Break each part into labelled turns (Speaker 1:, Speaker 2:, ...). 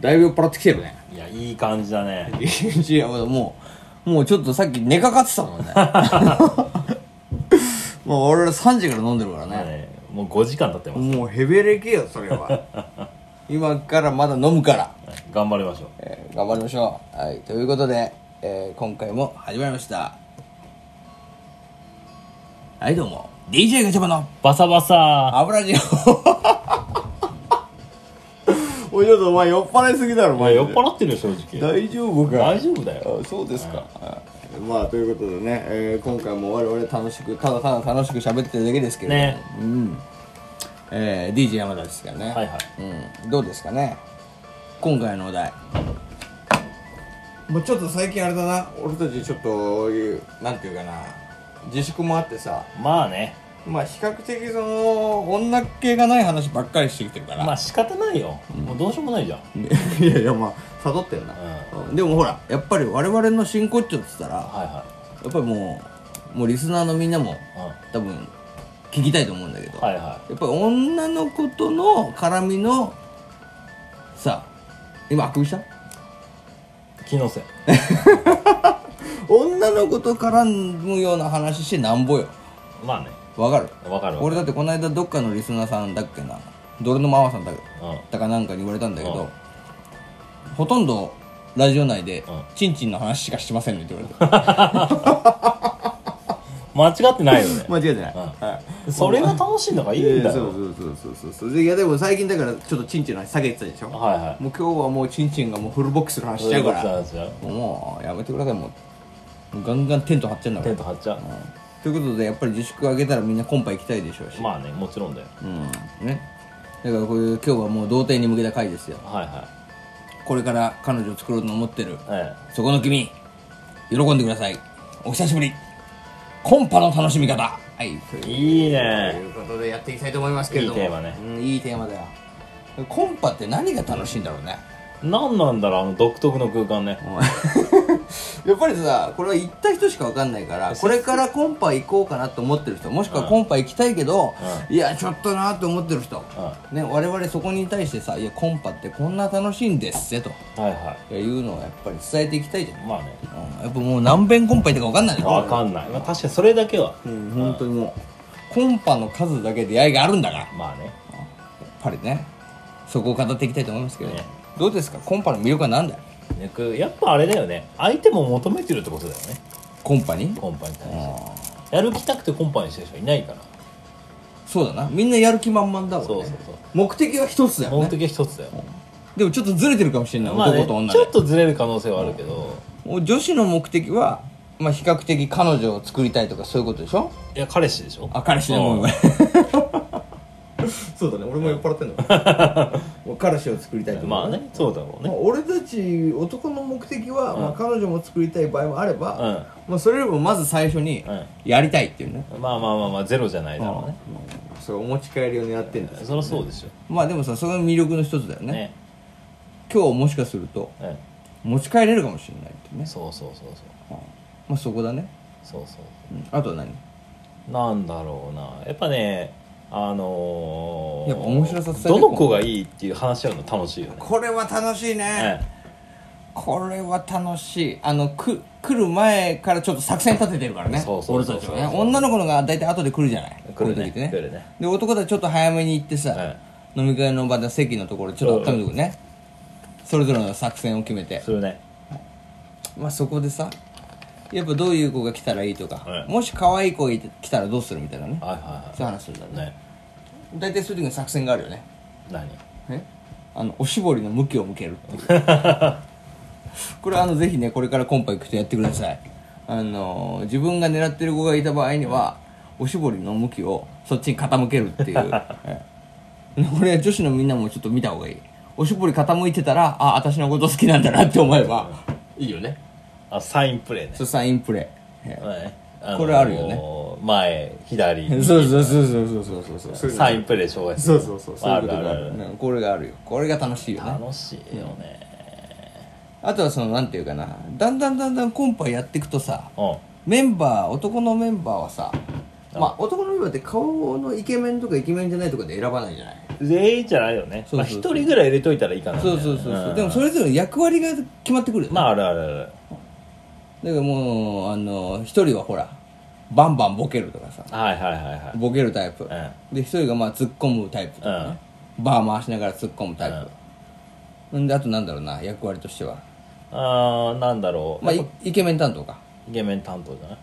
Speaker 1: だいぶ酔っ払ってきてるね
Speaker 2: いやいい感じだね
Speaker 1: いやもうもうちょっとさっき寝かかってた もんねもう俺ら3時から飲んでるからね、
Speaker 2: はいもう5時間経ってます
Speaker 1: もうヘベレけよそれは今からまだ飲むから、
Speaker 2: はい頑張りましょう
Speaker 1: えー頑張りましょうはいということで、えー今回も始まりましたはいどうも DJ ガチャバの
Speaker 2: バサバサ
Speaker 1: 油ジオ おいちょっとお前酔っ払いすぎだろお
Speaker 2: お前
Speaker 1: 前
Speaker 2: 酔っ払ってるよ正直
Speaker 1: 大丈夫か
Speaker 2: 大丈夫だよ
Speaker 1: あ そうですか、はいまあということでね、えー今回も我々楽しくただただ楽しく喋ってるだけですけれども
Speaker 2: ね
Speaker 1: うんえー、DJ 山田ですからね、
Speaker 2: はいはい
Speaker 1: うん、どうですかね今回のお題もうちょっと最近あれだな俺たちちょっというなんていうかな自粛もあってさ
Speaker 2: まあね
Speaker 1: まあ比較的その女っ気がない話ばっかりしてきてるから、
Speaker 2: まあ仕方ないよもうどうしようもないじゃん
Speaker 1: いやいやまあ悟ってんな、でもほらやっぱり我々の真骨頂っつったら、
Speaker 2: はいは
Speaker 1: やっぱりもうもうリスナーのみんなも
Speaker 2: いうん
Speaker 1: 多分聞きたいと思うんだけど、
Speaker 2: はいは
Speaker 1: やっぱり女の子との絡みのさ今あくびした
Speaker 2: い気のせい
Speaker 1: 女の子と絡むような話してなんぼよ
Speaker 2: まあね
Speaker 1: わかる
Speaker 2: わかるわ
Speaker 1: 俺だってこの間どっかのリスナーさんだっけなどれのママさんだっ
Speaker 2: うんうん
Speaker 1: たかなんかに言われたんだけ
Speaker 2: う
Speaker 1: ど
Speaker 2: ん
Speaker 1: ほとんどラジオ内で
Speaker 2: うん
Speaker 1: チンチンの話しかしてませんねって言われた
Speaker 2: 間違ってないよ ね
Speaker 1: 間違え てない
Speaker 2: うん
Speaker 1: はい
Speaker 2: それが楽しいのがいいんだ
Speaker 1: そう
Speaker 2: よ
Speaker 1: そうそうそうそうそうでいやでも最近だからちょっとチンチンの話下げてたでしょもう
Speaker 2: はいはい
Speaker 1: 今日はもうチンチンがもうフルボックスの話しちゃうから
Speaker 2: そういうことなんですよ
Speaker 1: もうやめてくださいもうもうガンガンテント張っちゃうんだか
Speaker 2: テ
Speaker 1: ら
Speaker 2: ント張っちゃう
Speaker 1: ということでやっぱり自粛上げたらみんなコンパ行きたいでしょうし、
Speaker 2: まあねもちろんだよ
Speaker 1: うんねだからこういう今日はもう童貞に向けた回ですよ
Speaker 2: はいは
Speaker 1: これから彼女を作ろうと思ってる
Speaker 2: いえ
Speaker 1: そこの君喜んでくださいお久しぶりコンパの楽しみ方はいという
Speaker 2: えいい
Speaker 1: と
Speaker 2: ね
Speaker 1: いうことでやっていきたいと思いますけれども
Speaker 2: いいテーマね
Speaker 1: うん、いいテーマだよコンパって何が楽しいんだろうね
Speaker 2: 何なんだろうあの独特の空間ね
Speaker 1: やっぱりさこれは行った人しか分かんないからこれからコンパ行こうかなと思ってる人もしくはコンパ行きたいけど、いやちょっとなと思ってる人、ね、我々そこに対してさ「いやコンパってこんな楽しいんですぜ」と
Speaker 2: はいはい
Speaker 1: いうのをやっぱり伝えていきたいじゃん、
Speaker 2: まあね
Speaker 1: うん、やっぱもう何遍コンパ行ったか分かんないでしょ
Speaker 2: わかんない、まあ、確かにそれだけは
Speaker 1: うん本当にもうコンパの数だけ出会いがあるんだから
Speaker 2: まあね
Speaker 1: やっぱりねそこを語っていきたいと思いますけど、
Speaker 2: ね
Speaker 1: どうですかコンパの魅力は何だよ
Speaker 2: 抜くやっぱあれだよね相手も求めてるってことだよね
Speaker 1: コンパに
Speaker 2: コンパに対してやる気たくてコンパにしてる人いないから
Speaker 1: そうだなみんなやる気満々だもんね
Speaker 2: そうそうそう
Speaker 1: 目的は一つだよ
Speaker 2: 目
Speaker 1: ね
Speaker 2: 的は一つだよ、
Speaker 1: でもちょっとずれてるかもしれない、
Speaker 2: まあね
Speaker 1: 男と女
Speaker 2: ちょ
Speaker 1: で
Speaker 2: っとずれる可能性はあるけど、
Speaker 1: もう女子の目的は、まあ、比較的彼女を作りたいとかそういうことでしょ
Speaker 2: いや彼氏でしょ
Speaker 1: あ彼氏だもん
Speaker 2: うん
Speaker 1: そうだね俺も酔っ払ってんのも う彼氏を作りたいと
Speaker 2: まあねそうだろう
Speaker 1: まあ
Speaker 2: ね
Speaker 1: 俺たち男の目的は、まあ、彼女も作りたい場合もあれば、まあ、それよりもまず最初に
Speaker 2: うん
Speaker 1: やりたいっていうね、
Speaker 2: まあまあまあまあゼロじゃないだろうね、
Speaker 1: それお持ち帰りを狙ってんだよ
Speaker 2: そりゃそうでし
Speaker 1: まあでもさそれが魅力の一つだよ
Speaker 2: ょ
Speaker 1: ね
Speaker 2: ね
Speaker 1: 今日もしかすると
Speaker 2: ね
Speaker 1: 持ち帰れるかもしれないってね、
Speaker 2: そうそうそうそ
Speaker 1: う
Speaker 2: う
Speaker 1: んまあそこだね、
Speaker 2: そうそう
Speaker 1: うんあとは何
Speaker 2: なんだろうなやっぱねあのー、
Speaker 1: やっぱ面白さ伝えて
Speaker 2: どの子がいいっていう話し合うの楽しいよね、
Speaker 1: これは楽しいね、
Speaker 2: え
Speaker 1: これは楽しいあのく来る前からちょっと作戦立ててるからね
Speaker 2: そうそうそうそう
Speaker 1: 俺たちはね女の子の方が大体後で来るじゃない
Speaker 2: 来るね
Speaker 1: こういう時って
Speaker 2: 来るね
Speaker 1: で男たちちょっと早めに行ってさ、
Speaker 2: は
Speaker 1: 飲み会の場で席のところちょっと温めてくるね、それぞれの作戦を決めて
Speaker 2: えするね
Speaker 1: まあそこでさやっぱどういう子が来たらいいとか、
Speaker 2: はい
Speaker 1: もし可愛い子がいて来たらどうするみたいなね
Speaker 2: はいはい
Speaker 1: そういう
Speaker 2: は
Speaker 1: 話するんだ
Speaker 2: い
Speaker 1: ね
Speaker 2: ね
Speaker 1: 大体そういう時の作戦があるよね
Speaker 2: 何
Speaker 1: えあのおしぼりの向きを向けるっていう これあのぜひねこれからコンパ行く人やってくださいあの自分が狙ってる子がいた場合には、おしぼりの向きをそっちに傾けるっていう ええこれ女子のみんなもちょっと見た方がいいおしぼり傾いてたらあ私のこと好きなんだなって思えばいいよね
Speaker 2: あサインプレーね
Speaker 1: そ、うサインプレー、え
Speaker 2: はい
Speaker 1: これあるよ
Speaker 2: ね前左
Speaker 1: えそうそうそうそうそうそうそうそう
Speaker 2: サインプレー障害
Speaker 1: そうそうそうそうい
Speaker 2: あ
Speaker 1: うこ
Speaker 2: る
Speaker 1: と
Speaker 2: ある
Speaker 1: が
Speaker 2: あ
Speaker 1: ある
Speaker 2: る
Speaker 1: うんこれがあるよこれが楽しいよね
Speaker 2: 楽しいよね
Speaker 1: あとはそのなんていうかなだんだんだんだんコンパやっていくとさ
Speaker 2: うん
Speaker 1: メンバー男のメンバーはさまあ男のメンバーって顔のイケメンとかイケメンじゃないとかで選ばないじゃない
Speaker 2: 全員じゃないよね
Speaker 1: そう
Speaker 2: まあ
Speaker 1: そう
Speaker 2: 一
Speaker 1: そう
Speaker 2: 人ぐらい入れといたらいいかなみた
Speaker 1: そう
Speaker 2: いな
Speaker 1: そうそうそう、
Speaker 2: ん
Speaker 1: でもそれぞれ役割が決まってくるよね
Speaker 2: まああるあるある
Speaker 1: だからもうあの一人はほらバンバンボケるとかさ
Speaker 2: はいはいはいはい
Speaker 1: ボケるタイプ、
Speaker 2: ん
Speaker 1: で一人がまあ突っ込むタイプとかね、バー回しながら突っ込むタイプ、ん、であとなんだろうな役割としては
Speaker 2: あーなんだろう、
Speaker 1: まあ
Speaker 2: やっ
Speaker 1: いイケメン担当か
Speaker 2: ぱイケメン担当じゃない、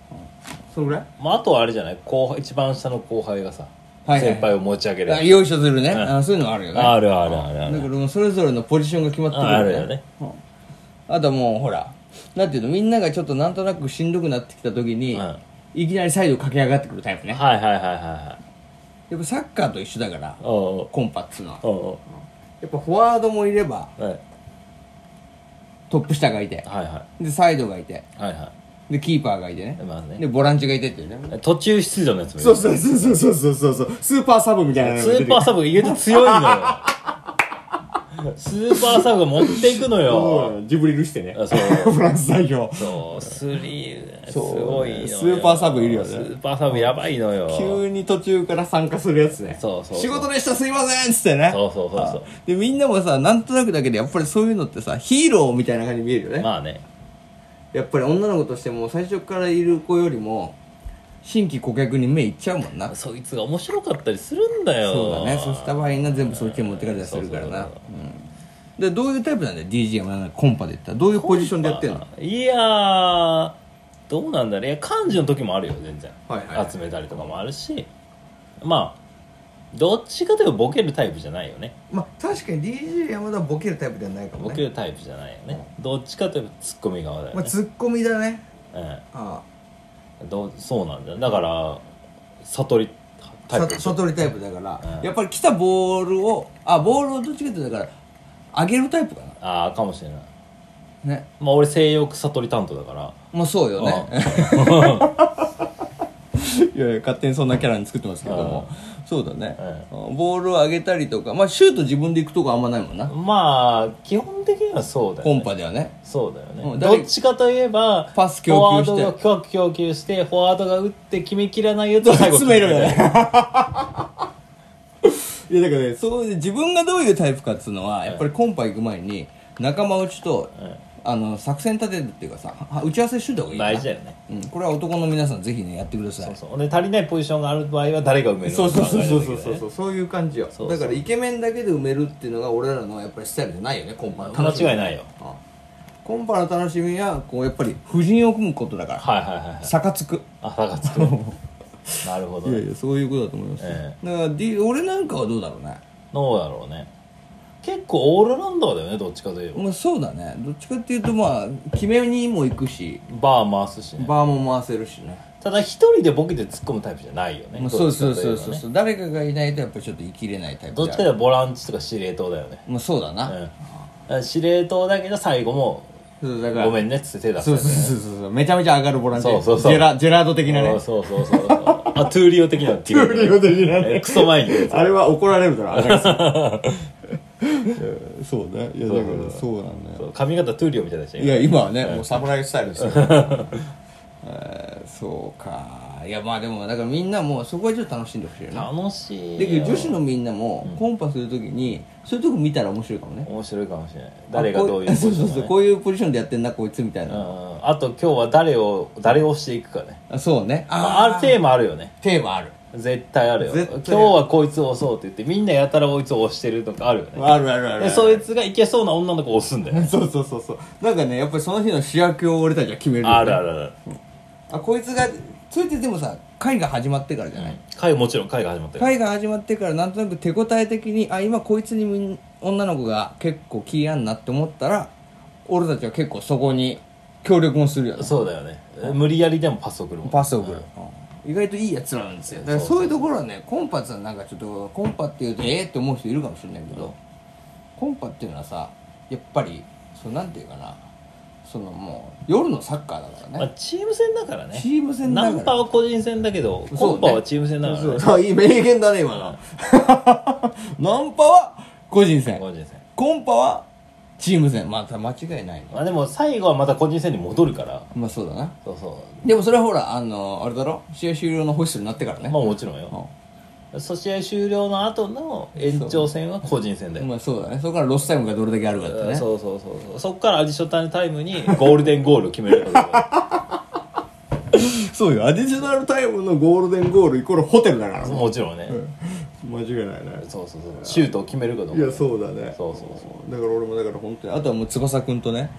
Speaker 1: それぐらい
Speaker 2: まあ、あとはあれじゃない後輩一番下の後輩がさ、
Speaker 1: はいはい
Speaker 2: 先輩を持ち上げる
Speaker 1: あよいしょするね、
Speaker 2: ん
Speaker 1: あそういうのはあるよね
Speaker 2: あるあるある
Speaker 1: だ
Speaker 2: ある
Speaker 1: からもうそれぞれのポジションが決まってくる
Speaker 2: あるよね
Speaker 1: うんあともうほらなんていうのみんながちょっとなんとなくしんどくなってきた時に、
Speaker 2: うん
Speaker 1: いきなりサイド駆け上がってくるタイプね
Speaker 2: はいはいはいはいはい
Speaker 1: やっぱサッカーと一緒だから
Speaker 2: おう
Speaker 1: コンパっつうのは
Speaker 2: おうお
Speaker 1: やっぱフォワードもいれば
Speaker 2: うはい
Speaker 1: トップ下がいて
Speaker 2: はいは
Speaker 1: でサイドがいて
Speaker 2: いはいは
Speaker 1: でキーパーがいてね
Speaker 2: いまあね
Speaker 1: でボランチがいてっていうね
Speaker 2: 途中出場のやつもいる
Speaker 1: そうそうそうそうそうそうそうスーパーサブみたいなの
Speaker 2: ス
Speaker 1: が出てく
Speaker 2: ー
Speaker 1: る
Speaker 2: パーサブが意外と強 いのよスーパーサブが持っていくのよ
Speaker 1: うんジブリルしてね
Speaker 2: あそ う
Speaker 1: フランス代表
Speaker 2: そうスリーす
Speaker 1: そう
Speaker 2: ごいのよ
Speaker 1: スーパーサブいるよね
Speaker 2: スーパーサブやばいのよ
Speaker 1: 急に途中から参加するやつね
Speaker 2: そうそうそう
Speaker 1: 仕事でしたすいませんっつってね
Speaker 2: そうそうそうそう
Speaker 1: でみんなもさなんとなくだけでやっぱりそういうのってさヒーローみたいな感じに見えるよね、
Speaker 2: まあね
Speaker 1: やっぱり女の子としても最初からいる子よりも新規顧客に目いっちゃうもんなそ
Speaker 2: そいつが面白かったりするんだよ
Speaker 1: うだねそうした場合が全部そっちに持ってかれたりするからな
Speaker 2: そうそう
Speaker 1: うんでどういうタイプなんだよ DJM なんかコンパでいったらどういうポジションでやってんの
Speaker 2: いやーどうなんだろういや幹事の時もあるよ全然、
Speaker 1: はいはい
Speaker 2: 集めたりとかもあるしまあどっちかというとボケるタイプじゃないよね
Speaker 1: まあ確かに DJ 山田はボケるタイプではないか
Speaker 2: ボケるタイプじゃないよねどっちかというとツッコミ側だよね、
Speaker 1: ツッコミだねあ
Speaker 2: うん、どうそうなんだよだから悟りタイプでしょ
Speaker 1: 悟りタイプだから、
Speaker 2: うん
Speaker 1: やっぱり来たボールをあボールをどっちかっていうとだから上げるタイプか
Speaker 2: ああかもしれない
Speaker 1: なね
Speaker 2: まあ俺性欲悟り担当だから
Speaker 1: まあそうよねいやいや勝手にそんなキャラに作ってますけどもそうだね、ボールを上げたりとかまあシュート自分で行くとこあんまないもんな、
Speaker 2: まあ基本的にはそうだよ
Speaker 1: コ
Speaker 2: ね
Speaker 1: ンパではね
Speaker 2: そうだよね、
Speaker 1: うん
Speaker 2: どっちかといえば
Speaker 1: パス供給して
Speaker 2: フォワードが供給してフォワードが打って決めきらないやつを最後
Speaker 1: 詰めるよねいやだからねそう自分がどういうタイプかっつうのはやっぱりコンパ行く前に仲間内と、
Speaker 2: ん
Speaker 1: あの作戦立てるっていうかさは打ち合わせしといた方がいいな
Speaker 2: 大事だよね
Speaker 1: うん、これは男の皆さんぜひねやってくださ
Speaker 2: そう
Speaker 1: い
Speaker 2: そうで足りないポジションがある場合は誰が埋めるのか
Speaker 1: そうそうそうそうそう
Speaker 2: 考えなきゃいけ
Speaker 1: そう そ
Speaker 2: ないね
Speaker 1: ういう感じよ
Speaker 2: そう
Speaker 1: だからイケメンだけで埋めるっていうのが俺らのやっぱりスタイルじゃないよねコンパの楽しみ
Speaker 2: 間違いないよ
Speaker 1: うんコンパの楽しみはこうやっぱり夫人を組むことだから
Speaker 2: はいはいはいはい
Speaker 1: 逆つく
Speaker 2: あ差がつ くなるほど
Speaker 1: いや
Speaker 2: ね
Speaker 1: いやそういうことだと思いますよ、
Speaker 2: え
Speaker 1: だから、D、俺なんかはどうだろうね
Speaker 2: どうだろうね結構オールラウンダーだよねどっちかといえば
Speaker 1: まあそうだねどっちかっていうとまあ決めにも行くし
Speaker 2: バー回すしね
Speaker 1: バーも回せるしね
Speaker 2: ただ一人でボケて突っ込むタイプじゃないよね
Speaker 1: まあ、
Speaker 2: ど
Speaker 1: そ
Speaker 2: っ
Speaker 1: う
Speaker 2: ちかとい
Speaker 1: そう
Speaker 2: えばね
Speaker 1: そうそうそう、誰かがいないとやっぱりちょっと生きれないタイ
Speaker 2: ど
Speaker 1: プじ
Speaker 2: っちか
Speaker 1: ゃ
Speaker 2: というとボランチとか司令塔だよね
Speaker 1: まあそうだ
Speaker 2: うん
Speaker 1: な、
Speaker 2: だから司令塔だけど最後も
Speaker 1: そうだから
Speaker 2: ごめんねっつって手出す
Speaker 1: そ
Speaker 2: よ
Speaker 1: うそ
Speaker 2: ね
Speaker 1: うそうそうそうめちゃめちゃ上がるボランティア
Speaker 2: そうそうそう
Speaker 1: ジェラジェラード的な
Speaker 2: あ
Speaker 1: ね
Speaker 2: そうそうそうそうあトゥーリオ的なト
Speaker 1: ト
Speaker 2: ゥ
Speaker 1: ゥーリオ的なね
Speaker 2: クソ前に
Speaker 1: あれは怒られるから上 がるそうねいやだからそうなんだよ
Speaker 2: そう髪型トゥーリオみたいだし
Speaker 1: いや今はねもう侍スタイルですよ えーそうかいやまあでもだからみんなもうそこはちょっと楽しんでほしいよな
Speaker 2: 楽しい
Speaker 1: だけど女子
Speaker 2: の
Speaker 1: のみんなもコンパするときにそういうとこ見たら面白いかもね
Speaker 2: 面白いかもしれない誰がどういう
Speaker 1: あこ
Speaker 2: ポジシ
Speaker 1: そ
Speaker 2: ョ
Speaker 1: う
Speaker 2: ン
Speaker 1: そう
Speaker 2: だ
Speaker 1: そう
Speaker 2: ね
Speaker 1: こういうポジションでやってんなこいつみたいな
Speaker 2: うんあと今日は誰を誰をしていくかね
Speaker 1: あそうね
Speaker 2: ああるテーマあるよね
Speaker 1: テーマある
Speaker 2: 絶対あるよ
Speaker 1: 絶
Speaker 2: 今
Speaker 1: 対
Speaker 2: 日はこいつを押そうって言ってみんなやたらこいつを押してるとかあるよね
Speaker 1: あるあるある
Speaker 2: でそいつがいけそうな女の子を押すんだよね
Speaker 1: そうそうそうそうなんかねやっぱりその日の主役を俺たちは決めるよね
Speaker 2: あるあるある
Speaker 1: あこいつがそれってでもさ会が始まってからじゃない、
Speaker 2: 会もちろん会が始まったよ
Speaker 1: 会が始まってからなんとなく手応え的にあ今こいつにみん女の子が結構気やんなって思ったら俺たちは結構そこに協力もするよね
Speaker 2: そうだよね無理やりでもパス送るもん
Speaker 1: パスを送る、うん意外といいやつらなんですよだからそういうところはねコンパってのはなんかちょっとコンパっていうとええって思う人いるかもしれないけど、コンパっていうのはさやっぱりそのなんていうかなそのもう夜のサッカーだからね、
Speaker 2: まあ、チーム戦だからね
Speaker 1: チーム戦だから
Speaker 2: ナンパは個人戦だけど
Speaker 1: そうね
Speaker 2: コンパはチーム戦だからね
Speaker 1: そうそうあいい名言だね今の ナンパは個人戦
Speaker 2: 個人戦
Speaker 1: コンパはチーム戦また間違いないの
Speaker 2: まあでも最後はまた個人戦に戻るから
Speaker 1: まあそうだな
Speaker 2: そうそう
Speaker 1: でもそれはほらあのあれだろ試合終了のホイッスルになってからね、
Speaker 2: まあもちろんよ
Speaker 1: うん
Speaker 2: そ試合終了の後の延長戦は個人戦だよ、
Speaker 1: まあそうだねそこからロスタイムがどれだけあるかってね
Speaker 2: そうそうそうそうそこからアディショナルタイムにゴールデンゴールを決めるから
Speaker 1: そうよアディショナルタイムのゴールデンゴールイコールホテルだから
Speaker 2: もちろんね、
Speaker 1: 間違いないね
Speaker 2: そうそうそうシュートを決めるかと思
Speaker 1: いや
Speaker 2: う
Speaker 1: そうだね
Speaker 2: そうそうそ
Speaker 1: だから俺もだから本当にあとはもう翼くんとね、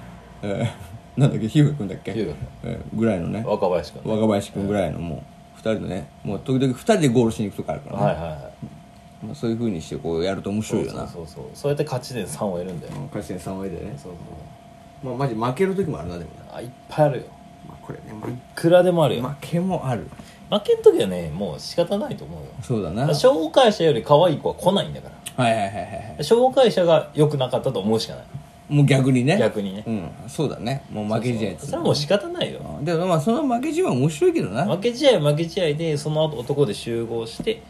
Speaker 1: えー、なんだっけひふくんだっけ
Speaker 2: ヒュー
Speaker 1: えーぐらいのね
Speaker 2: 若林君
Speaker 1: 若林くんぐらいのもう2人のねもう時々2人でゴールしに行くとかあるから、ね
Speaker 2: はいはいはい
Speaker 1: まあ、そういうふうにしてこうやると面白いよな
Speaker 2: そうそうそうそうやって勝ち点3を得るんだよ
Speaker 1: 勝ち点3割でね
Speaker 2: そうそう
Speaker 1: まあマジ負ける時もあるなでもな、
Speaker 2: あいっぱいあるよ
Speaker 1: まあ、これね
Speaker 2: いくらでもあるよ、
Speaker 1: 負けもある
Speaker 2: 負けん時はねもう仕方ないと思うよ
Speaker 1: そうだなはい
Speaker 2: 紹介者より可愛い子は来ないんだから
Speaker 1: はいはいはい
Speaker 2: 紹介者が良くなかったと思うしかない
Speaker 1: もう逆にね
Speaker 2: 逆にね
Speaker 1: うんそうだねもう負け試合やつ
Speaker 2: それはもう仕方ないよ
Speaker 1: うんでもまあその負け試合は面白いけどな
Speaker 2: 負け試合は負け試合でその後男で集合して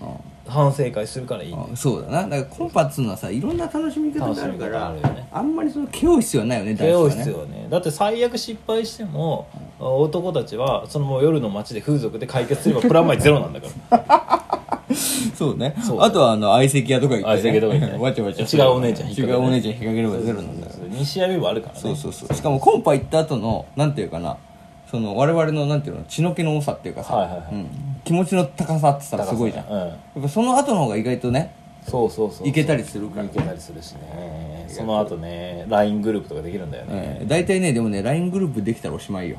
Speaker 2: 反省会するからいいんだよ
Speaker 1: うんそうだなだからコンパっつうのはさいろんな楽しみ方があるから
Speaker 2: 楽しみ方あるよね
Speaker 1: あんまりその気負う必要はないよね
Speaker 2: 慶応
Speaker 1: 男子は
Speaker 2: 必
Speaker 1: ね
Speaker 2: 要ねだって最悪失敗しても男たちはそのもう夜の街で風俗で解決すればプラマイゼロなんだから
Speaker 1: そうね
Speaker 2: そう
Speaker 1: あとはあの相席屋とか行って、ね、
Speaker 2: 相席とか行ってね
Speaker 1: わちゃわちゃ
Speaker 2: 違うお姉ちゃん
Speaker 1: 引
Speaker 2: 引
Speaker 1: っ
Speaker 2: っ
Speaker 1: 掛け違う
Speaker 2: 掛けてね
Speaker 1: お姉ちゃん引っ掛ければゼロなんだよ
Speaker 2: 2試合目もあるからね
Speaker 1: そうそうそうしかもコンパ行った後のなんていうかなその我々のなんていうの血の気の多さっていうかさ、
Speaker 2: はいはいは
Speaker 1: う
Speaker 2: い
Speaker 1: ん、気持ちの高さってさ
Speaker 2: 高さ
Speaker 1: すごいじゃん、
Speaker 2: うん
Speaker 1: やっぱその後の方が意外とね
Speaker 2: そうそうそう
Speaker 1: いけたりするから
Speaker 2: いけたりするしねその後ね LINE グループとかできるんだよね
Speaker 1: えー大体ねでもね LINE グループできたらおしまいよ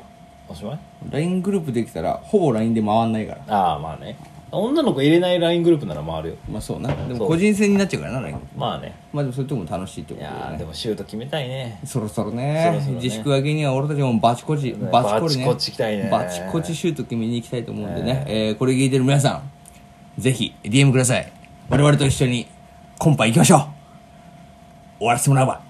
Speaker 2: おしまい
Speaker 1: LINE グループできたらほぼ LINE で回んないから
Speaker 2: ああまあね女の子入れない LINE グループなら回るよ
Speaker 1: まあそうなで
Speaker 2: そ
Speaker 1: も
Speaker 2: う
Speaker 1: 個人戦になっちゃうからな LINE
Speaker 2: まあね
Speaker 1: まあでもそういうとこも楽しいって
Speaker 2: い
Speaker 1: こと
Speaker 2: や
Speaker 1: だよ
Speaker 2: ーで
Speaker 1: ね
Speaker 2: もシュート決めたいね
Speaker 1: そろそろね
Speaker 2: そろそろね
Speaker 1: 自粛明けには俺たちもバチコチ
Speaker 2: ね
Speaker 1: バチコチ、ね、
Speaker 2: バチコチ行きたいね
Speaker 1: バチコチシュート決めに行きたいと思うんでね、えーこれ聞いてる皆さんぜひ DM ください我々と一緒にコンパ行きましょう終わらせてもらうわ